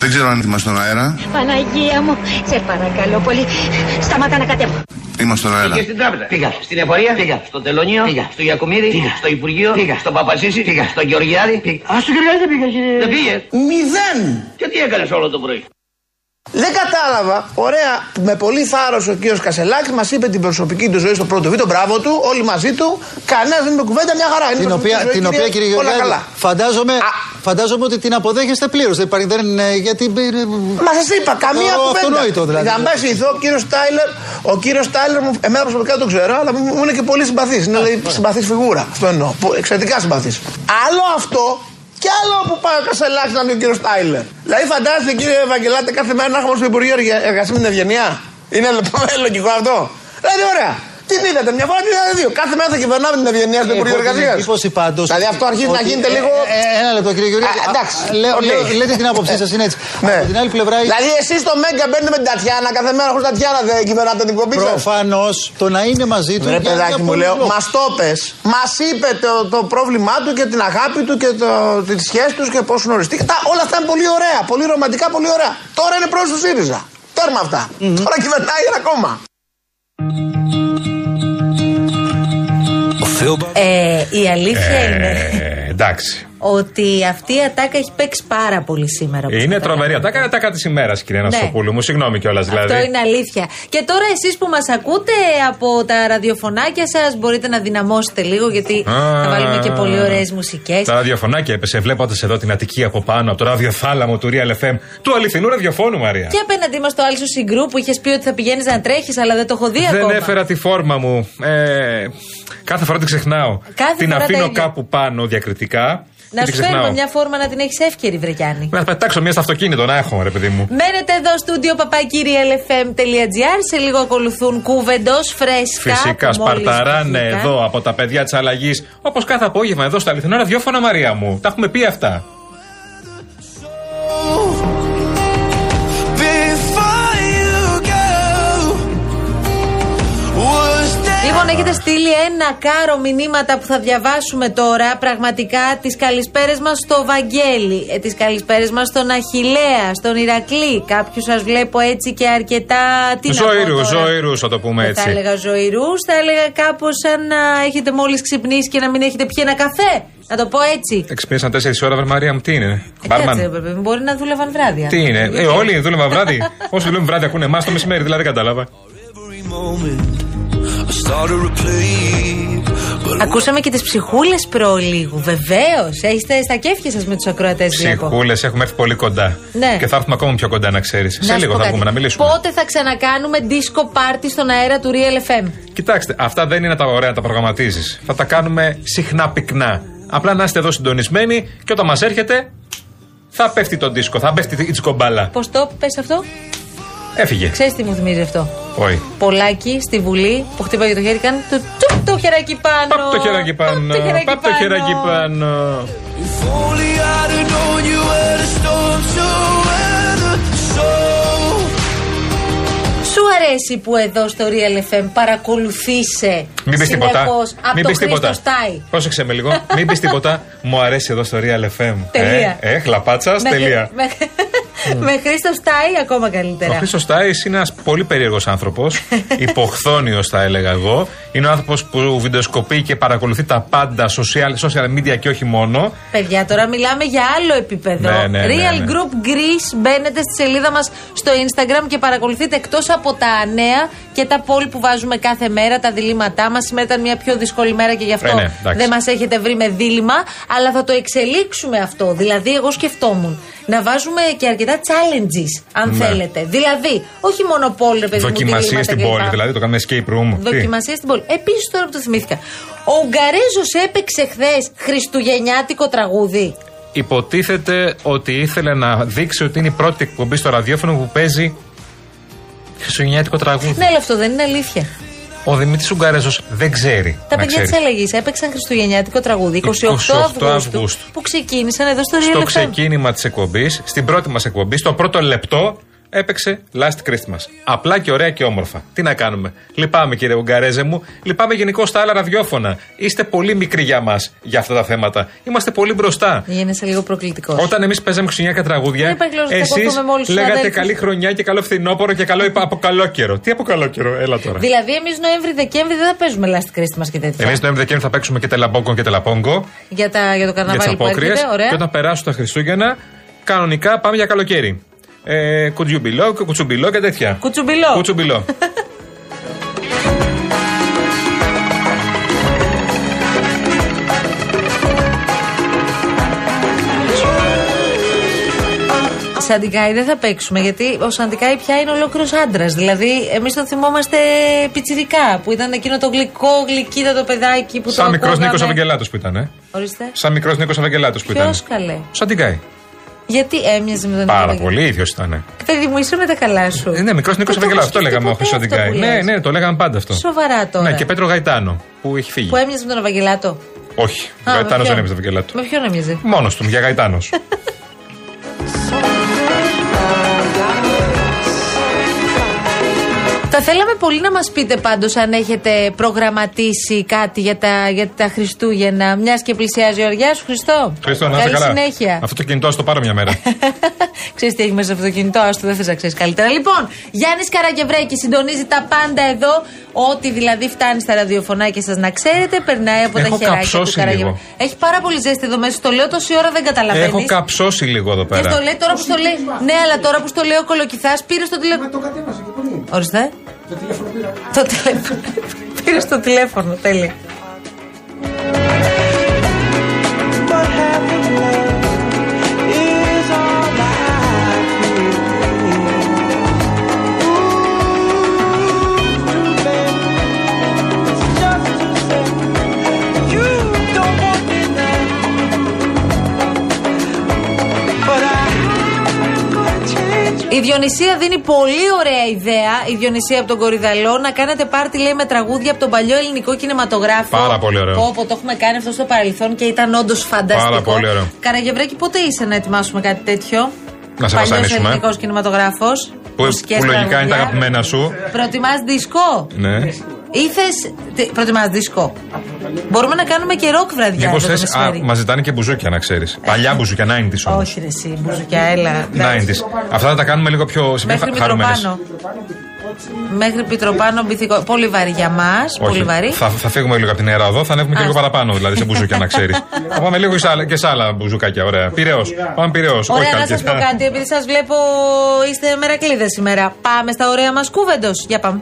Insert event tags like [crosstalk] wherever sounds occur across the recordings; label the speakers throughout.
Speaker 1: Δεν ξέρω αν είμαστε στον αέρα.
Speaker 2: Παναγία μου, σε παρακαλώ πολύ. Σταματά να κατέβω.
Speaker 1: Είμαστε στον αέρα.
Speaker 3: Και στην τράπεζα. Πήγα στην εφορία, πήγα στο τελωνίο, πήγα στο Γιακουμίδη, πήγα στο Υπουργείο, πήγα στον Παπασίση, πήγα στον Γεωργιάδη. Πήγα.
Speaker 4: Α, στο Γεωργιάδη δεν ε. πήγα, κύριε.
Speaker 3: Δεν πήγες.
Speaker 4: Μηδέν.
Speaker 3: Και τι έκανες όλο το πρωί.
Speaker 4: Δεν κατάλαβα. Ωραία, με πολύ θάρρος ο κύριος Κασελάκης μας είπε την προσωπική του ζωή στο πρώτο βίντεο. Μπράβο του, όλοι μαζί του. Κανένας δεν είπε κουβέντα, μια χαρά. Είναι
Speaker 5: Την
Speaker 4: προσωπική
Speaker 5: οποία,
Speaker 4: ζωή,
Speaker 5: την οποία κύριε
Speaker 4: όλα
Speaker 5: Γεωργιάδη,
Speaker 4: καλά.
Speaker 5: φαντάζομαι, φαντάζομαι ότι την αποδέχεστε πλήρως. Δεν υπάρχει, δεν είναι, γιατί.
Speaker 4: Μα σας είπα, καμία
Speaker 5: Το
Speaker 4: κουβέντα.
Speaker 5: αυτονόητο δηλαδή.
Speaker 4: Θα μπέσει ηθό, ο κύριος Τάιλερ. Ο κύριος Τάιλερ, μου, εμένα προσωπικά δεν τον ξέρω, αλλά μου μου είναι και πολύ συμπαθής.
Speaker 5: Ναι,
Speaker 4: Είναι συμπαθής φιγούρα. Αυτό εννοώ. Πο- Εξαιρετικά συμπαθής. Άλλο αυτό και άλλο που πάει ο Κασελάκης να είναι ο κύριος Τάιλερ. Δηλαδή, φαντάζεστε κύριε Ευαγγελάτε κάθε μέρα να έχουμε στο Υπουργείο Εργε- Εργασίας με την Ευγενιά. [laughs] Είναι λο- λογικό αυτό. Δηλαδή, ωραία. Την είδατε μια φορά, την είδατε δύο. Κάθε μέρα θα κυβερνάμε την Ευγενιά
Speaker 5: Ε,
Speaker 4: στο Υπουργείο Ε, Εργασία. Δηλαδή, αυτό αρχίζει να γίνεται λίγο.
Speaker 5: ε, Ένα λεπτό, κύριε Γεωργιάδη.
Speaker 4: Α, εντάξει,
Speaker 5: Α, λέω-
Speaker 4: οκ.
Speaker 5: λέω- Λέτε την άποψή σας, είναι έτσι.
Speaker 4: Ναι.
Speaker 5: Από την άλλη πλευρά, η-
Speaker 4: Δηλαδή, εσείς στο Μέγκα μπαίνετε με την Τατιάνα, κάθε μέρα χωρίς Τατιάνα δεν κυβερνάτε την κομπή σας.
Speaker 5: Προφανώς το να είναι μαζί του.
Speaker 4: Ρε
Speaker 5: για
Speaker 4: παιδάκι μου,
Speaker 5: πολλούς
Speaker 4: λέω,
Speaker 5: λόγους.
Speaker 4: μας το πες. Μας είπε το, το πρόβλημά του και την αγάπη του και το, τη σχέση τους και πώς γνωριστήκε. Τα, όλα αυτά είναι πολύ ωραία, πολύ ρομαντικά, πολύ ωραία. Τώρα είναι πρόεδρος του ΣΥΡΙΖΑ. Τέρμα αυτά. Τώρα κυβερνάει ένα κόμμα.
Speaker 6: Ε, η αλήθεια είναι
Speaker 7: Ε, εντάξει.
Speaker 6: ότι αυτή η ατάκα έχει παίξει πάρα πολύ σήμερα. όπως
Speaker 7: Είναι
Speaker 6: καταλαβαίνω.
Speaker 7: τρομερή. Τα έκανε τα της ημέρας, κύριε Αναστοπούλου μου. Συγγνώμη κιόλας δηλαδή.
Speaker 6: Ναι. Αυτό είναι αλήθεια. Και τώρα εσείς που μας ακούτε από τα ραδιοφωνάκια σας μπορείτε να δυναμώσετε λίγο γιατί
Speaker 7: Α,
Speaker 6: θα βάλουμε και πολύ ωραίες μουσικές.
Speaker 7: Τα ραδιοφωνάκια έπεσε, βλέποντας εδώ την Αττική από πάνω, από το ραδιοθάλαμο του Real FM, του αληθινού ραδιοφώνου, Μαρία.
Speaker 6: Και απέναντί μας το άλλο σου συγκρού που είχες πει ότι θα πηγαίνεις να τρέχεις, αλλά δεν το έχω δει
Speaker 7: Δεν
Speaker 6: ακόμα.
Speaker 7: έφερα τη φόρμα μου. Ε, κάθε φορά την ξεχνάω.
Speaker 6: Κάθε
Speaker 7: την
Speaker 6: φορά τα
Speaker 7: αφήνω
Speaker 6: ίδια.
Speaker 7: κάπου πάνω διακριτικά.
Speaker 6: Να
Speaker 7: και
Speaker 6: σου
Speaker 7: την ξεχνάω.
Speaker 6: φέρουμε μια φόρμα να την έχεις εύκαιρη, Βρεκιάνη.
Speaker 7: Να πετάξω μια στο αυτοκίνητο, να έχω, ρε παιδί μου.
Speaker 6: Μένετε εδώ στο studio papakirialfm.gr. Σε λίγο ακολουθούν κούβεντο, φρέσκα.
Speaker 7: Φυσικά,
Speaker 6: που μόλις
Speaker 7: σπαρταράνε
Speaker 6: βγήκαν.
Speaker 7: εδώ από τα παιδιά της αλλαγής. Όπως κάθε απόγευμα εδώ στα αληθινά ραδιόφωνα, Μαρία μου. Τα έχουμε πει αυτά.
Speaker 6: Λοιπόν, έχετε στείλει ένα κάρο μηνύματα που θα διαβάσουμε τώρα. Πραγματικά τις καλησπέρες μας στο Βαγγέλη, ε, τις καλησπέρες μας στον Αχηλέα, στον Ηρακλή. Κάποιου σας βλέπω έτσι και αρκετά. Τι να πω
Speaker 7: Ζωηρούς,
Speaker 6: τώρα.
Speaker 7: ζωηρούς θα το πούμε
Speaker 6: Δεν Θα
Speaker 7: έτσι.
Speaker 6: έλεγα ζωηρούς, θα έλεγα κάπως σαν να έχετε μόλις ξυπνήσει και να μην έχετε πιει ένα καφέ. Να το πω έτσι.
Speaker 7: Εξυπνήσαν 4 ώρα, βρε Μαρία μου, τι είναι.
Speaker 6: Ε, Κάτσε, ρε,
Speaker 7: Μπάρμαν.
Speaker 6: παιδί μου, μπορεί να δούλευαν βράδια.
Speaker 7: Τι είναι. Ε, όλοι δούλευαν βράδυ. Όσοι δουλεύουν βράδυ ακούνε εμάς το μεσημέρι, δηλαδή δεν κατάλαβα.
Speaker 6: Ακούσαμε και τις ψυχούλες προλίγου. Βεβαίως. Είστε στα κέφια σας με τους ακροατές,
Speaker 7: Ψυχούλες, έχουμε έρθει πολύ κοντά.
Speaker 6: Ναι.
Speaker 7: Και θα έρθουμε ακόμα πιο κοντά, να ξέρεις. Σε
Speaker 6: σου
Speaker 7: λίγο
Speaker 6: πω
Speaker 7: θα
Speaker 6: κάτι.
Speaker 7: βγούμε να μιλήσουμε.
Speaker 6: Πότε θα ξανακάνουμε disco party στον αέρα του Real FM.
Speaker 7: Κοιτάξτε, αυτά δεν είναι τα ωραία να τα προγραμματίζεις. Θα τα κάνουμε συχνά πυκνά. Απλά να είστε εδώ συντονισμένοι και όταν μας έρχεται. Θα πέφτει το δίσκο, θα πέφτει η τσικομπάλα.
Speaker 6: Πώς το πες αυτό,
Speaker 7: Έφυγε.
Speaker 6: ξέρεις τι μου θυμίζει αυτό.
Speaker 7: Όχι.
Speaker 6: Πολάκι στη Βουλή που χτύπαγε το χέρι, κάνει του τσουπ το χεράκι πάνω.
Speaker 7: Παπ το χεράκι πάνω.
Speaker 6: Παπ το χεράκι
Speaker 7: Παπ το χεράκι πάνω.
Speaker 6: Σου αρέσει που εδώ στο Real FM παρακολουθήσε.
Speaker 7: Μην πεις τίποτα.
Speaker 6: συνεχώς από
Speaker 7: Μην
Speaker 6: το
Speaker 7: πεις τίποτα.
Speaker 6: Χρήστο Στάι.
Speaker 7: Πρόσεξε με λίγο. Μην πεις τίποτα. Μου αρέσει εδώ στο Real FM.
Speaker 6: Τελεία.
Speaker 7: Ε, ε χλαπάτσα,
Speaker 6: Με-
Speaker 7: τελεία.
Speaker 6: [laughs] Με, με Χρήστο Στάι ακόμα
Speaker 7: Ο
Speaker 6: καλύτερα.
Speaker 7: Χρήστο Τάι είναι ένας πολύ περίεργος άνθρωπος.
Speaker 6: [laughs]
Speaker 7: Υποχθόνιος, θα έλεγα εγώ. Είναι ο άνθρωπος που βιντεοσκοπεί και παρακολουθεί τα πάντα social, social media και όχι μόνο.
Speaker 6: Παιδιά, τώρα μιλάμε για άλλο επίπεδο.
Speaker 7: Ναι, ναι, ναι,
Speaker 6: Real
Speaker 7: ναι.
Speaker 6: Group Greece μπαίνετε στη σελίδα μας στο Instagram και παρακολουθείτε εκτός από τα νέα και τα poll που βάζουμε κάθε μέρα, τα διλήμματά μας. Σήμερα ήταν μια πιο δύσκολη μέρα και γι' αυτό
Speaker 7: Ε, ναι, εντάξει.
Speaker 6: δεν μας έχετε βρει με δίλημα, αλλά θα το εξελίξουμε αυτό. Δηλαδή, εγώ σκεφτόμουν να βάζουμε και αρκετά challenges, αν
Speaker 7: Ναι.
Speaker 6: θέλετε. Δηλαδή, όχι μόνο poll, ρε παιδί μου,
Speaker 7: Δοκιμασίε
Speaker 6: διλήμματα
Speaker 7: στην
Speaker 6: κλπ.
Speaker 7: πόλη, δηλαδή το κάνουμε escape room. Τι?
Speaker 6: Δοκιμασία στην πόλη. Επίσης, τώρα που το θυμήθηκα, ο Ουγγαρέζος έπαιξε χθες χριστουγεννιάτικο τραγούδι.
Speaker 7: Υποτίθεται ότι ήθελε να δείξει ότι είναι η πρώτη εκπομπή στο ραδιόφωνο που παίζει χριστουγεννιάτικο τραγούδι.
Speaker 6: Ναι, αλλά αυτό δεν είναι αλήθεια.
Speaker 7: Ο Δημήτρης Ουγγαρέζος δεν ξέρει.
Speaker 6: Τα
Speaker 7: να
Speaker 6: παιδιά
Speaker 7: ξέρεις.
Speaker 6: της αλλαγή έπαιξαν χριστουγεννιάτικο τραγούδι 28,
Speaker 7: 28
Speaker 6: Αυγούστου,
Speaker 7: Αυγούστου.
Speaker 6: που ξεκίνησαν εδώ στο
Speaker 7: στο
Speaker 6: Real FM.
Speaker 7: ξεκίνημα της εκπομπής, στην πρώτη μας εκπομπή, στο πρώτο λεπτό, Έπαιξε Last Christmas. Απλά και ωραία και όμορφα. Τι να κάνουμε. Λυπάμαι κύριε Ουγγαρέζε μου. Λυπάμαι γενικώ στα άλλα ραδιόφωνα. Είστε πολύ μικροί για μας για αυτά τα θέματα. Είμαστε πολύ μπροστά.
Speaker 6: Γίνεσαι λίγο προκλητικός.
Speaker 7: Όταν εμείς παίζαμε χριστουγεννιάκα τραγούδια,
Speaker 6: Δεν υπάρχει λόγος να τα
Speaker 7: εσείς
Speaker 6: κόβουμε με όλους τους
Speaker 7: λέγατε
Speaker 6: αδέλφους.
Speaker 7: καλή χρονιά και καλό φθινόπωρο και καλό υπα- από καλό καιρό. Τι από καλό καιρό, έλα τώρα.
Speaker 6: Δηλαδή, εμείς Νοέμβρη-Δεκέμβρη δεν θα παίζουμε last Christmas και τέτοια.
Speaker 7: Εμείς τον Δεκέμβρη θα παίξουμε και τελαμπόγκο και τελαπόγκο
Speaker 6: Για, τα, για το
Speaker 7: Ε, για τις
Speaker 6: καρναβάλι που
Speaker 7: απόκριες.
Speaker 6: έρχεται, ωραία.
Speaker 7: Και όταν περάσουν τα Χριστούγεννα, κανονικά πάμε για καλοκαίρι. Ε, κουτζουμπιλό, κουτσουμπιλό και τέτοια.
Speaker 6: Κουτσουμπιλό.
Speaker 7: Κουτσουμπιλό.
Speaker 6: Σαντικάη δεν θα παίξουμε, γιατί ο Σαντικάη πια είναι ολόκληρος άντρας. Δηλαδή, εμείς το θυμόμαστε πιτσιρικά, που ήταν εκείνο το γλυκό, γλυκίδα το παιδάκι που [laughs]
Speaker 7: Σαν
Speaker 6: το
Speaker 7: μικρός
Speaker 6: ακούγαμε.
Speaker 7: Νίκο Αβαγγελάτο που ήταν. Ε.
Speaker 6: Ορίστε.
Speaker 7: Σαν μικρός Νίκος Αβαγγελάτο που ήταν.
Speaker 6: Ποιος καλέ.
Speaker 7: Σαν την Κάη.
Speaker 6: Γιατί έμοιαζε με τον
Speaker 7: Πάρα
Speaker 6: Νίκο
Speaker 7: πολύ ίδιο ήταν.
Speaker 6: Βαγγελάκη. Παιδί μου, είσαι με τα καλά σου.
Speaker 7: Ε, Ναι, μικρός Νίκος
Speaker 6: Δεν το
Speaker 7: Αβαγγελάτο. Αυτό
Speaker 6: έχω σκεφτεί
Speaker 7: λέγαμε, όχι
Speaker 6: ποτέ
Speaker 7: σαν την
Speaker 6: αυτό
Speaker 7: Κάη.
Speaker 6: που
Speaker 7: Ναι,
Speaker 6: λες.
Speaker 7: ναι, το λέγαμε πάντα αυτό.
Speaker 6: Σοβαρά τώρα.
Speaker 7: Ναι, και Πέτρο Γαϊτάνο που έχει φύγει.
Speaker 6: Που έμοιαζε με τον Αβαγγελάτο.
Speaker 7: Όχι,
Speaker 6: Α, με
Speaker 7: Γαϊτάνος δεν
Speaker 6: ποιον?
Speaker 7: έπαιζε Αβαγγελάτο.
Speaker 6: Με ποιον έμοιαζε.
Speaker 7: Μόνος του, για Γαϊτάνος.
Speaker 6: [laughs] Θα θέλαμε πολύ να μας πείτε πάντως αν έχετε προγραμματίσει κάτι για τα, για τα Χριστούγεννα. Μιας και πλησιάζει η ωριά σου, Χριστό.
Speaker 7: Χριστό, να
Speaker 6: Καλή
Speaker 7: είστε καλά.
Speaker 6: συνέχεια.
Speaker 7: Αυτό το κινητό, στο πάρω μια
Speaker 6: [laughs]
Speaker 7: μέρα.
Speaker 6: ξέρεις τι έχει μέσα από το κινητό, άστο δεν θες να ξέρεις καλύτερα. Λοιπόν, Γιάννης Καραγευρέκη συντονίζει τα πάντα εδώ. Ό,τι δηλαδή φτάνει στα ραδιοφωνάκια σας να ξέρετε, περνάει από
Speaker 7: Έχω
Speaker 6: τα χεράκια του
Speaker 7: καψώσει
Speaker 6: Καραγευρέκη.
Speaker 7: λίγο.
Speaker 6: Έχει πάρα πολύ ζέστη εδώ μέσα. Το λέω τόση ώρα δεν καταλαβαίνεις.
Speaker 7: Έχω καψώσει λίγο εδώ
Speaker 6: Και στο
Speaker 7: πέρα.
Speaker 6: λέει τώρα που στο λέει. Ναι, αλλά τώρα που στο λέει ο Κολοκυθάς πήρε στο τηλέφωνο. Το κατέβασε και πολύ. Ορίστε. Το τηλέφωνο [laughs] πήρα. Το τηλέφωνο. πήρες στο τηλέφωνο, τέλεια. Η Διονυσία δίνει πολύ ωραία ιδέα, η Διονυσία από τον Κορυδαλό, να κάνετε πάρτι λέει με τραγούδια από τον παλιό ελληνικό κινηματογράφο.
Speaker 7: Πάρα πολύ ωραίο.
Speaker 6: Όπω το έχουμε κάνει αυτό στο παρελθόν και ήταν όντως φανταστικό.
Speaker 7: Πάρα πολύ ωραίο.
Speaker 6: Καραγευρέκη, πότε είσαι να ετοιμάσουμε κάτι τέτοιο.
Speaker 7: Να σε
Speaker 6: Παλιός
Speaker 7: βασανίσουμε, ε.
Speaker 6: ελληνικός κινηματογράφος.
Speaker 7: Που,
Speaker 6: μουσικές
Speaker 7: που λογικά είναι τα
Speaker 6: τραγουδιά.
Speaker 7: αγαπημένα σου.
Speaker 6: Προτιμάς δίσκο.
Speaker 7: Ναι.
Speaker 6: Ήθες, τι- προτιμάς δίσκο. Μπορούμε να κάνουμε και ροκ βραδιά
Speaker 7: Μήπως
Speaker 6: εδώ το
Speaker 7: θε.
Speaker 6: μεσημέρι.
Speaker 7: Μας ζητάνε και μπουζούκια να ξέρεις. Παλιά μπουζούκια, 90s όμως.
Speaker 6: Όχι ρε εσύ, μπουζουκιά, έλα.
Speaker 7: 90s. Αυτά θα τα κάνουμε λίγο πιο σε πιο
Speaker 6: Μέχρι
Speaker 7: χαρούμενε.
Speaker 6: Μητροπάνο. Μέχρι Πιτροπάνο, Μπιθικό. Πολύ βαρύ για μας. Πολύ βαρύ.
Speaker 7: Θα, θα φύγουμε λίγο από την αέρα εδώ, θα ανέβουμε και λίγο παραπάνω δηλαδή σε μπουζούκια να ξέρεις.
Speaker 6: [laughs]
Speaker 7: θα πάμε λίγο και σε άλλα- και σε άλλα μπουζουκάκια. Ωραία. Πυραιός. Πάμε πυραιός.
Speaker 6: Ωραία, να σας πω
Speaker 7: Ε,
Speaker 6: κάτι, επειδή σας βλέπω είστε μερακλείδες σήμερα. Πάμε στα ωραία μας κούβεντος. Για πάμε.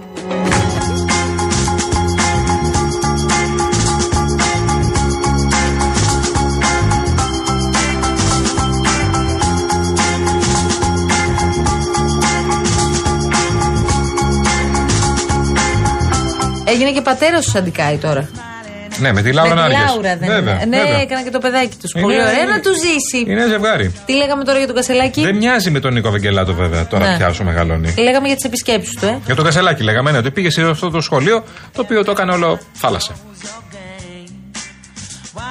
Speaker 6: Έγινε και πατέρας σου Σαντικάη τώρα.
Speaker 7: Ναι, με τη
Speaker 6: Με
Speaker 7: Λάουρα
Speaker 6: τη
Speaker 7: Νάργες.
Speaker 6: Λάουρα δεν
Speaker 7: Βέβαια,
Speaker 6: είναι. Ναι,
Speaker 7: βέβαια.
Speaker 6: έκανα και το παιδάκι του.
Speaker 7: Είναι-
Speaker 6: Πολύ ωραία. Να του ζήσει.
Speaker 7: Είναι ζευγάρι.
Speaker 6: Τι λέγαμε τώρα για τον Κασελάκη.
Speaker 7: Δεν μοιάζει με τον Νίκο Βεγγελάτο βέβαια τώρα
Speaker 6: Ναι.
Speaker 7: πια όσο μεγαλώνει.
Speaker 6: Τι λέγαμε για τις επισκέψεις του, ε.
Speaker 7: Για τον Κασελάκη λέγαμε, ναι, ότι πήγε σε αυτό το σχολείο το οποίο το έκανε όλο θάλασσα.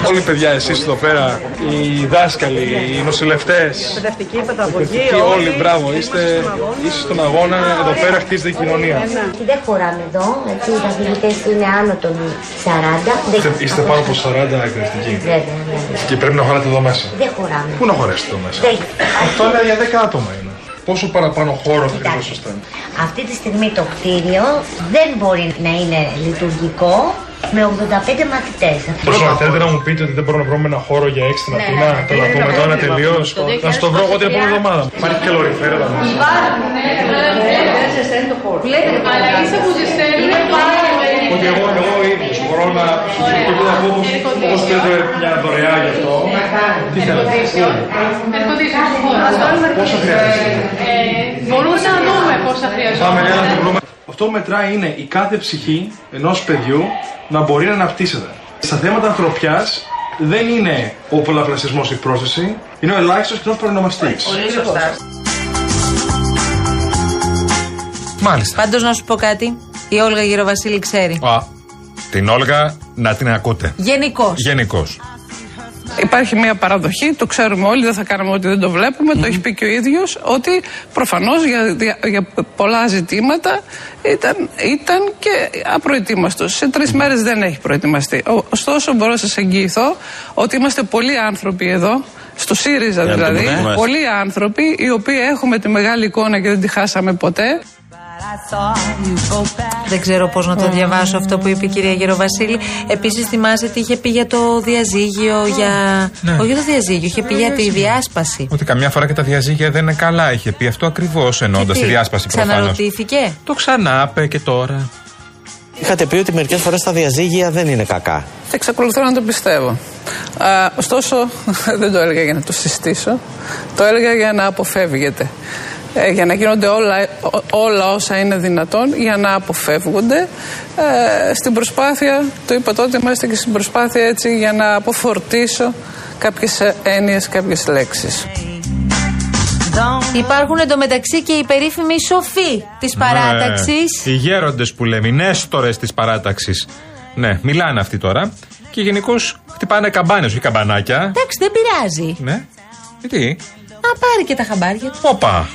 Speaker 8: Όλοι οι παιδιά εσείς εδώ πέρα, οι δάσκαλοι, οι νοσηλευτές,
Speaker 9: Εκπαιδευτική παιδαγωγή,
Speaker 8: και όλοι, μπράβο, είστε ίσως στον αγώνα, εδώ πέρα χτίζεται η κοινωνία.
Speaker 2: Δεν χωράμε εδώ, έτσι, οι καθηγητές είναι άνω των 40. Δεν- Ναι,
Speaker 8: Είστε, είστε πάνω από 40 εκπαιδευτικοί
Speaker 2: Βέβαια, βέβαια.
Speaker 8: και πρέπει να χωράτε εδώ μέσα.
Speaker 2: Δεν χωράμε.
Speaker 8: Πού να χωρέσετε εδώ μέσα.
Speaker 2: Δεν-
Speaker 8: Αυτό είναι για 10 άτομα είναι. Πόσο παραπάνω χώρο θέλει σωστά.
Speaker 2: Αυτή τη στιγμή το κτίριο δεν μπορεί να είναι λειτουργικό με 85 μαθητές.
Speaker 8: Προσωπικά θέλετε να μου πείτε ότι δεν μπορούμε να βρούμε ένα χώρο για 6 στην Αθήνα, το να πούμε τώρα τελείω. Να στο βρω εγώ την επόμενη εβδομάδα. Υπάρχει και λοριφέρ εδώ μέσα. Ότι εγώ, εγώ ίδιος μπορώ να και να πω πως- πως θέλετε μια δωρεά γι' αυτό. Τι θέλετε. Πόσο χρειάζεται.
Speaker 10: Μπορούσαμε να δούμε πόσα χρειαζόμαστε.
Speaker 8: Πάμε ένα το βρούμε. Αυτό που μετράει είναι η κάθε ψυχή ενός παιδιού να μπορεί να αναπτύσσεται. Στα θέματα ανθρωπιάς δεν είναι ο πολλαπλασιασμός η πρόσθεση, είναι ο ελάχιστος κοινός προνομαστής.
Speaker 7: Μάλιστα.
Speaker 6: Πάντως να σου πω κάτι. Η Όλγα Γυροβασίλη ξέρει.
Speaker 7: Α, την Όλγα να την ακούτε.
Speaker 6: Γενικώς.
Speaker 7: Γενικώς.
Speaker 9: Υπάρχει μια παραδοχή, το ξέρουμε όλοι, δεν θα κάναμε ότι δεν το βλέπουμε, το έχει πει και ο ίδιος, ότι προφανώς για, για, για πολλά ζητήματα ήταν, ήταν και απροετοίμαστος. Σε τρεις μέρες δεν έχει προετοιμαστεί. Ο- Ωστόσο, μπορώ να σας εγγυηθώ ότι είμαστε πολλοί άνθρωποι εδώ, στο ΣΥΡΙΖΑ
Speaker 11: Για να το
Speaker 9: δηλαδή,
Speaker 11: πούμε.
Speaker 9: πολλοί άνθρωποι οι οποίοι έχουμε τη μεγάλη εικόνα και δεν τη χάσαμε ποτέ.
Speaker 6: Δεν ξέρω πώς να το διαβάσω αυτό που είπε η κυρία Γεροβασίλη. Επίσης, θυμάσαι τι είχε πει για το διαζύγιο, για.
Speaker 7: Ναι.
Speaker 6: Όχι για το διαζύγιο, είχε πει για τη διάσπαση.
Speaker 7: Ότι καμιά φορά και τα διαζύγια δεν είναι καλά, είχε πει αυτό ακριβώς ενώντας τη
Speaker 6: Τι,
Speaker 7: Ναι, διάσπαση προφανώς.
Speaker 6: Ξαναρωτήθηκε.
Speaker 7: Το ξανά είπε και τώρα.
Speaker 11: Είχατε πει ότι μερικές φορές τα διαζύγια δεν είναι κακά.
Speaker 9: Θα εξακολουθώ να το πιστεύω. Α, ωστόσο, [laughs] δεν το έλεγα για να το συστήσω. Το έλεγα για να αποφεύγεται. Ε, για να γίνονται όλα, ό- όλα όσα είναι δυνατόν, για να αποφεύγονται. Ε, στην προσπάθεια, το είπα τότε, είμαστε και στην προσπάθεια έτσι για να αποφορτήσω κάποιες ε, έννοιες, κάποιες λέξεις.
Speaker 6: Υπάρχουν εντωμεταξύ και οι περίφημοι σοφοί της παράταξη.
Speaker 7: Ναι. Οι γέροντες που λέμε, οι νέστορε της παράταξης. Ναι, μιλάνε αυτοί τώρα. Και γενικώς χτυπάνε καμπάνες, όχι καμπανάκια.
Speaker 6: Εντάξει, δεν πειράζει.
Speaker 7: Ναι. Ε, Τι.
Speaker 6: Να πάρει και τα χαμπάρια του.
Speaker 7: Όπα.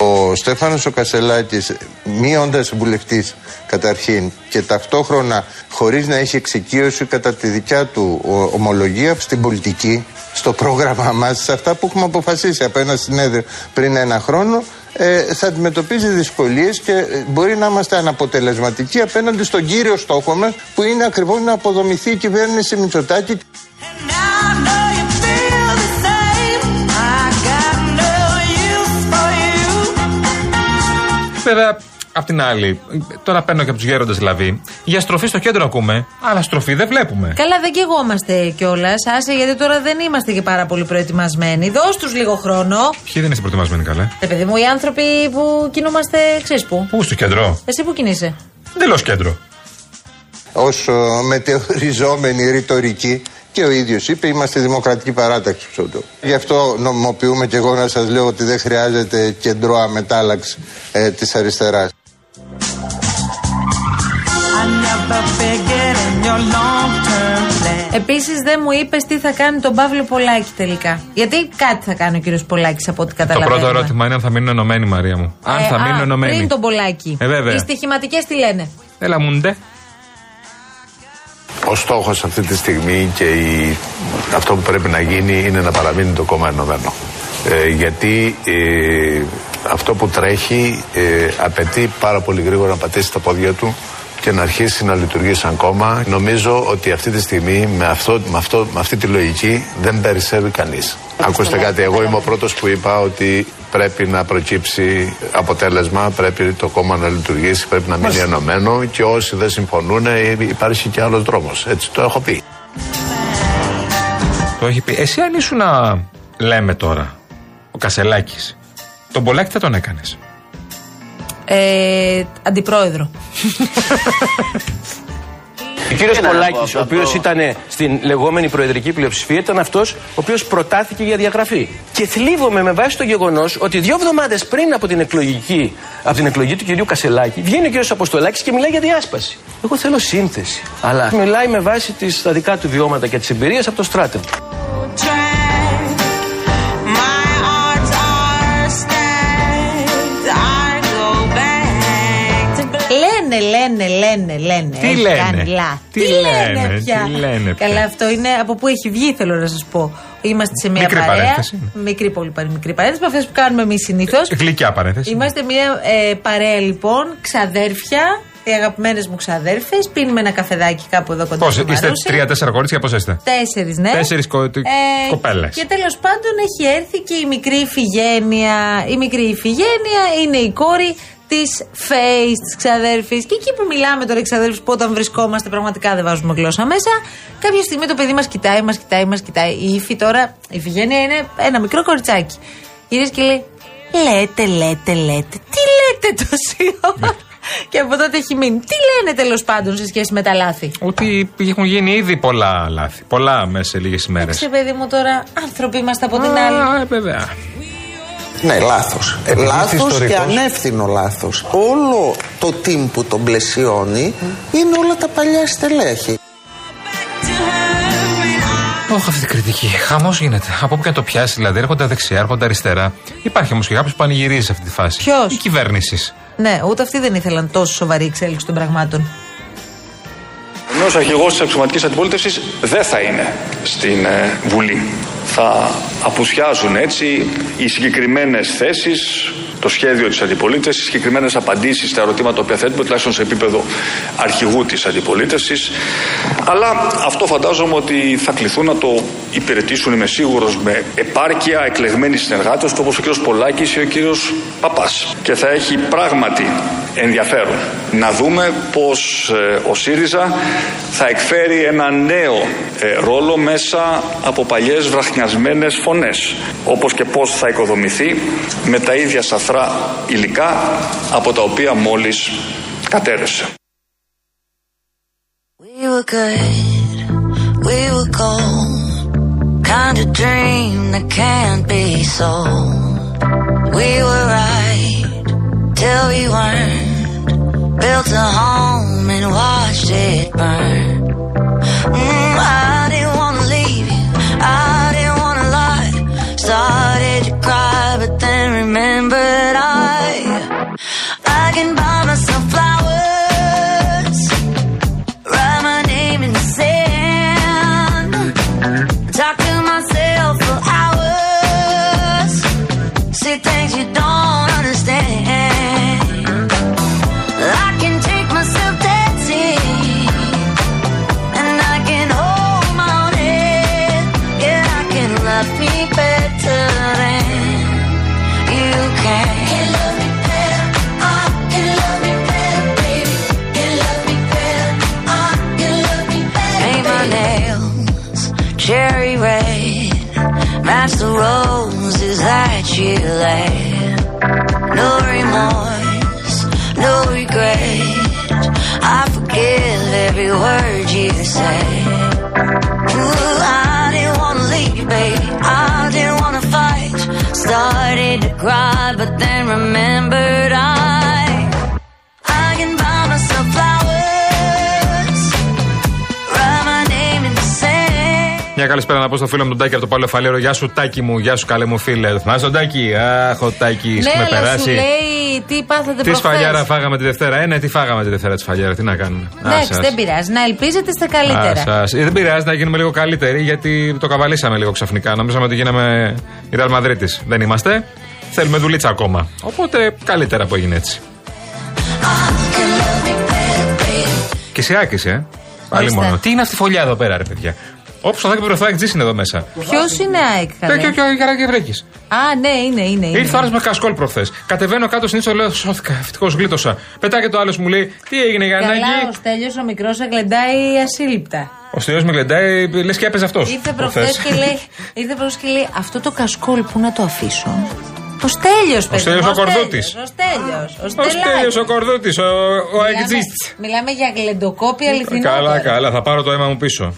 Speaker 12: Ο Στέφανος ο Κασελάκης, μείοντας βουλευτής καταρχήν και ταυτόχρονα χωρίς να έχει εξοικείωση κατά τη δικιά του ο- ομολογία στην πολιτική, στο πρόγραμμά μας, σε αυτά που έχουμε αποφασίσει από ένα συνέδριο πριν ένα χρόνο, ε, θα αντιμετωπίζει δυσκολίες και ε, μπορεί να είμαστε αναποτελεσματικοί απέναντι στον κύριο στόχο μας που είναι ακριβώς να αποδομηθεί η κυβέρνηση Μητσοτάκη
Speaker 7: Βέβαια, απ' την άλλη, τώρα παίρνω και από τους γέροντες δηλαδή. Για στροφή στο κέντρο ακούμε, αλλά στροφή δεν βλέπουμε.
Speaker 6: Καλά, δεν καιγόμαστε κιόλας. Άσε, γιατί τώρα δεν είμαστε και πάρα πολύ προετοιμασμένοι. Δώσ' τους λίγο χρόνο.
Speaker 7: Ποιοι δεν είστε προετοιμασμένοι καλά.
Speaker 6: Ρε παιδί μου, οι άνθρωποι που κινούμαστε, ξέρεις πού.
Speaker 7: Πού στο κέντρο.
Speaker 6: Εσύ που κινείσαι.
Speaker 7: Εντελώς κέντρο.
Speaker 12: ως ε, μετεωριζόμενη ρητορική και ο ίδιος είπε είμαστε δημοκρατική παράταξη ψόντο. Γι' αυτό νομιμοποιούμε και εγώ να σας λέω ότι δεν χρειάζεται κεντρό αμετάλλαξη ε, της αριστεράς.
Speaker 7: Ναι.
Speaker 6: Επίσης, δεν μου είπες τι θα κάνει τον Παύλο Πολάκη τελικά. Γιατί κάτι θα κάνει ο κύριος Πολάκης από ό,τι
Speaker 7: Το
Speaker 6: καταλαβαίνω.
Speaker 7: πρώτο ερώτημα είναι αν θα μείνουν ενωμένοι, Μαρία μου. Αν θα μείνουν ενωμένοι.
Speaker 6: Ε, Πριν τον Πολάκη.
Speaker 7: Ε, βέβαια.
Speaker 6: Οι στοιχηματικές τι λένε.
Speaker 7: Έλα μου ντε.
Speaker 13: Ο στόχος αυτή τη στιγμή και η... αυτό που πρέπει να γίνει είναι να παραμείνει το κόμμα ενωμένο. Ε, γιατί ε, αυτό που τρέχει ε, απαιτεί πάρα πολύ γρήγορα να πατήσει τα πόδια του και να αρχίσει να λειτουργεί σαν κόμμα. Νομίζω ότι αυτή τη στιγμή με, αυτό, με, αυτό, με αυτή τη λογική δεν περισσεύει κανείς. Ακούστε κάτι, εγώ είμαι ο πρώτος που είπα ότι πρέπει να προκύψει αποτέλεσμα, πρέπει το κόμμα να λειτουργήσει, πρέπει να μείνει ενωμένο και όσοι δεν συμφωνούν ε, υπάρχει και άλλος δρόμος. Έτσι το έχω πει.
Speaker 7: Το έχει πει. Εσύ αν ήσουν να λέμε τώρα, ο Κασελάκης, τον Πολάκη θα τον έκανες.
Speaker 6: Ε, αντιπρόεδρο.
Speaker 14: Ο κύριος Πολάκη, ο οποίος ήταν στην λεγόμενη προεδρική πλειοψηφία, ήταν αυτός ο οποίος προτάθηκε για διαγραφή. Και θλίβομαι με βάση το γεγονός ότι δύο εβδομάδες πριν από την, εκλογική, από την εκλογή του κυρίου Κασελάκη, βγαίνει ο κύριος Αποστολάκης και μιλάει για διάσπαση. Εγώ θέλω σύνθεση. Αλλά μιλάει με βάση τις, τα δικά του βιώματα και τις εμπειρίες από το στράτευμα.
Speaker 6: Λένε, λένε, λένε, λένε.
Speaker 7: Τι
Speaker 6: Έχει
Speaker 7: λένε.
Speaker 6: κάνει λάθη.
Speaker 7: Τι λένε,
Speaker 6: πια.
Speaker 7: τι λένε πια.
Speaker 6: Καλά, αυτό είναι από πού έχει βγει, θέλω να σας πω. Είμαστε σε μια
Speaker 7: Μικρή
Speaker 6: παρέα.
Speaker 7: παρένθεση είναι.
Speaker 6: Μικρή, πολύ παρέ- μικρή παρένθεση, από αυτές που κάνουμε εμείς συνήθως.
Speaker 7: [laughs] Γλυκιά παρένθεση.
Speaker 6: Είμαστε μια ε, παρέα λοιπόν, ξαδέρφια, οι αγαπημένες μου ξαδέρφες. Πίνουμε ένα καφεδάκι κάπου εδώ κοντά.
Speaker 7: Πώς
Speaker 6: στο
Speaker 7: είστε,
Speaker 6: Μαρούσι.
Speaker 7: τρία-τέσσερα κορίτσια, πώς είστε.
Speaker 6: Τέσσερις, ναι. Ε,
Speaker 7: Τέσσερις κο- κοπέλες.
Speaker 6: Και τέλος πάντων έχει έρθει και η μικρή Ιφηγένεια. Η μικρή Ιφηγένεια είναι η κόρη της Face, της ξαδέρφης. Και εκεί που μιλάμε τώρα, οι ξαδέρφη που όταν βρισκόμαστε, πραγματικά δεν βάζουμε γλώσσα μέσα. Κάποια στιγμή το παιδί μας κοιτάει, μας κοιτάει, μας κοιτάει. Η Ιφη τώρα, η Ιφηγένεια είναι ένα μικρό κοριτσάκι. Γυρίζει και λέει: Λέτε, λέτε, λέτε. Τι λέτε τόση
Speaker 7: Ναι.
Speaker 6: ώρα. και από τότε έχει μείνει. Τι λένε τέλος πάντων σε σχέση με τα λάθη.
Speaker 7: Ότι έχουν γίνει ήδη πολλά λάθη. Πολλά μέσα σε λίγες ημέρε.
Speaker 6: Σε παιδί μου τώρα, άνθρωποι είμαστε από την άλλη.
Speaker 7: Ε, βέβαια.
Speaker 15: Ναι, λάθος.
Speaker 12: Ε,
Speaker 7: Επειδή είστε
Speaker 15: Λάθος και
Speaker 7: ιστορικός.
Speaker 15: ανεύθυνο λάθος. Όλο το team που τον πλαισιώνει είναι όλα τα παλιά στελέχη.
Speaker 7: Όχι αυτή την κριτική. Χαμός γίνεται. Από όπου και να το πιάσει, δηλαδή έρχονται δεξιά, έρχονται αριστερά. Υπάρχει όμως και κάποιος που πανηγυρίζει σε αυτή τη φάση.
Speaker 6: Ποιος?
Speaker 7: Η κυβέρνηση.
Speaker 6: Ναι, ούτε αυτοί δεν ήθελαν τόσο σοβαρή εξέλιξη των πραγμάτων.
Speaker 16: Ενώ ο αρχηγός της αξιωματικής αντιπολίτευσης δεν θα είναι στην ε, Βουλή. Θα απουσιάζουν έτσι οι συγκεκριμένες θέσεις, το σχέδιο της αντιπολίτευσης, οι συγκεκριμένες απαντήσεις στα ερωτήματα που θέτουμε, τουλάχιστον σε επίπεδο αρχηγού της αντιπολίτευσης. Αλλά αυτό φαντάζομαι ότι θα κληθούν να το υπηρετήσουν, είμαι σίγουρος, με επάρκεια εκλεγμένοι συνεργάτες όπως ο κ. Πολάκης ή ο κ. Παπάς. Και θα έχει πράγματι ενδιαφέρον να δούμε πως ε, ο ΣΥΡΙΖΑ θα εκφέρει ένα νέο ε, ρόλο μέσα από παλιές βραχνιασμένες φωνές όπως και πως θα οικοδομηθεί με τα ίδια σαθρά υλικά από τα οποία μόλις κατέρευσε.
Speaker 17: We were good, we were gold. Kind of dream that can't be sold. We were right till we weren't. Built a home and watched it burn. Mm, I didn't wanna leave you, I didn't wanna lie. Started to cry, but then remembered I. I can buy myself flowers, write my name in the sand, talk to myself for hours, see things you don't understand. I can take myself dancing, and I can hold my own head. Yeah, I can love me better than you can. Can love me better. I can love me better, baby. Can love me better. I can love me better. Paint my nails cherry red, match the roses that you laid. No remorse no regret. I forgive every word you said. Ooh, I didn't wanna leave, baby. I didn't wanna fight. Started to cry, but then remembered I. I can buy myself flowers, write my name in the sand.
Speaker 7: Μια καλησπέρα να πω στο φίλο μου τον Τάκη από το Παλαιό Φαλέρο. Γεια σου, Τάκη μου. Γεια σου, καλέ μου φίλε. Το Θυμάσαι τον Τάκη. Αχ, ο Τάκη
Speaker 6: ναι,
Speaker 7: με
Speaker 6: αλλά σου
Speaker 7: περάσει.
Speaker 6: λέει τι πάθατε
Speaker 7: Τι
Speaker 6: προχθές.
Speaker 7: σφαλιάρα φάγαμε τη Δευτέρα. Ε, ναι, τι φάγαμε τη Δευτέρα τη σφαλιάρα. Τι να κάνουμε.
Speaker 6: Ναι, Εντάξει,
Speaker 7: Ας, ας.
Speaker 6: δεν πειράζει. Να ελπίζετε στα καλύτερα.
Speaker 7: Ας, ας. Ε, Δεν πειράζει να γίνουμε λίγο καλύτεροι γιατί το καβαλήσαμε λίγο ξαφνικά. Νομίζαμε ότι γίναμε η Real Madrid. Δεν είμαστε. Θέλουμε δουλίτσα ακόμα. Οπότε καλύτερα που έγινε έτσι. Και σε άκησε, ε. Πάλι
Speaker 6: Ορίστε.
Speaker 7: μόνο. Τι είναι αυτή η φωλιά εδώ πέρα, ρε παιδιά. Όπως θα δει ο Τζι είναι εδώ μέσα.
Speaker 6: Ποιος είναι ΑΕΚ, καλέ?
Speaker 7: Και- και- και ο Καραγκευρέκη.
Speaker 6: Α, ναι, είναι, είναι. είναι.
Speaker 7: Ήρθε ο άλλο με κασκόλ προχθές. Κατεβαίνω κάτω συνήθως, λέω Σώθηκα, ευτυχώς γλίτωσα. Πετάει το άλλος μου λέει Τι έγινε,
Speaker 6: Καλά,
Speaker 7: Γιαννάκη.
Speaker 6: ο Στέλιος ο μικρός εγκλεντάει ασύλληπτα.
Speaker 7: Ο Στέλιος με γλεντάει, λες και έπαιζε αυτός.
Speaker 6: Ήρθε προχθές και λέει, ήρθε προχθές και λέει, Αυτό το κασκόλ που να το αφήσω. Ο Στέλιος,
Speaker 7: Ο Στέλιος ο Κορδούτης.
Speaker 6: Ο Στέλιος. Ο
Speaker 7: [laughs] Ο Στέλιος ο
Speaker 6: Στέλιο.
Speaker 7: Κορδούτης, ο, ο Αεκτζή.
Speaker 6: Μιλάμε για γλεντοκόπη αληθινό.
Speaker 7: Καλά, καλά, θα πάρω το αίμα μου πίσω.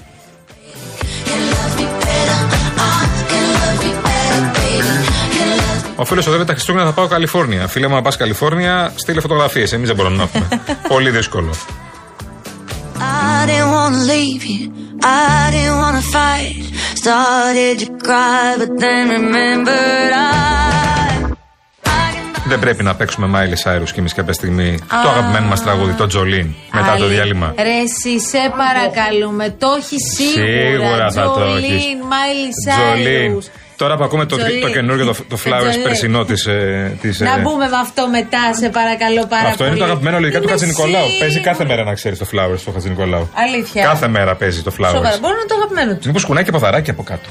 Speaker 7: Ο φίλο οδεύει τα Χριστούγεννα θα πάω Καλιφόρνια. Φίλε μου, να πας Καλιφόρνια, στείλε φωτογραφίες. Εμείς δεν μπορούμε να έχουμε.
Speaker 6: [laughs]
Speaker 7: Πολύ δύσκολο.
Speaker 17: I didn't wanna leave you. I didn't wanna fight. Started to cry, but then remembered I.
Speaker 7: Δεν πρέπει να παίξουμε Miley Cyrus και εμείς κάποια στιγμή
Speaker 6: Α.
Speaker 7: το αγαπημένο μας τραγούδι, το Τζολίν, μετά το
Speaker 6: Άλλη-
Speaker 7: διάλειμμα.
Speaker 6: Ρε, εσύ σε παρακαλούμε. Το έχει σίγουρα.
Speaker 7: Σίγουρα θα το έχεις.
Speaker 6: Τζολίν, Μάιλι
Speaker 7: Τζολίν.
Speaker 6: Σάιρου.
Speaker 7: Τώρα που ακούμε το,
Speaker 6: Τζολίν.
Speaker 7: το καινούργιο, το, το Flowers
Speaker 6: Τζολίν.
Speaker 7: περσινό της. Της,
Speaker 6: Να
Speaker 7: ε,
Speaker 6: μπούμε με αυτό μετά, σε παρακαλώ πάρα
Speaker 7: αυτό
Speaker 6: πολύ.
Speaker 7: είναι το αγαπημένο λογικά του
Speaker 6: Είμαι
Speaker 7: Χατζηνικολάου.
Speaker 6: σίγουρη.
Speaker 7: Παίζει κάθε μέρα να ξέρεις το Flowers του Χατζηνικολάου.
Speaker 6: Αλήθεια.
Speaker 7: Κάθε μέρα παίζει το
Speaker 6: Σοβαρά.
Speaker 7: Flowers.
Speaker 6: Μπορεί να είναι το αγαπημένο του.
Speaker 7: Μήπως κουνάει και ποδαράκι από κάτω.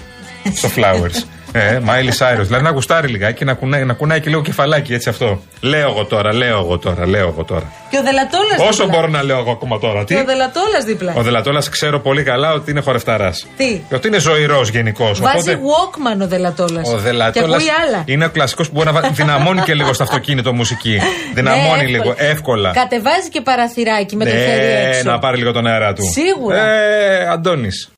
Speaker 7: Στο
Speaker 6: [laughs]
Speaker 7: Flowers. ε, Miley Cyrus. Δηλαδή να γουστάρει λιγάκι, να κουνάει, να κουνάει και λίγο κεφαλάκι έτσι αυτό. Λέω εγώ τώρα, λέω εγώ τώρα, λέω εγώ τώρα.
Speaker 6: Και ο Δελατόλας.
Speaker 7: Όσο μπορώ να λέω εγώ ακόμα τώρα. Τι.
Speaker 6: Και ο Δελατόλας δίπλα.
Speaker 7: Ο Δελατόλας ξέρω πολύ καλά ότι είναι χορευταράς.
Speaker 6: Τι.
Speaker 7: Και ότι είναι ζωηρός γενικώς.
Speaker 6: Βάζει Walkman ο Δελατόλας.
Speaker 7: Ο
Speaker 6: Και
Speaker 7: Δελατόλα
Speaker 6: ακούει άλλα.
Speaker 7: είναι ο κλασικός που μπορεί να βα- δυναμώνει και λίγο στο αυτοκίνητο μουσική. Δυναμώνει
Speaker 6: Ναι,
Speaker 7: λίγο, εύκολα.
Speaker 6: Κατεβάζει και παραθυράκι με το χέρι
Speaker 7: ναι,
Speaker 6: έξω.
Speaker 7: να πάρει λίγο τον αέρα του.
Speaker 6: Σίγουρα.
Speaker 7: Ε, Αντώνης.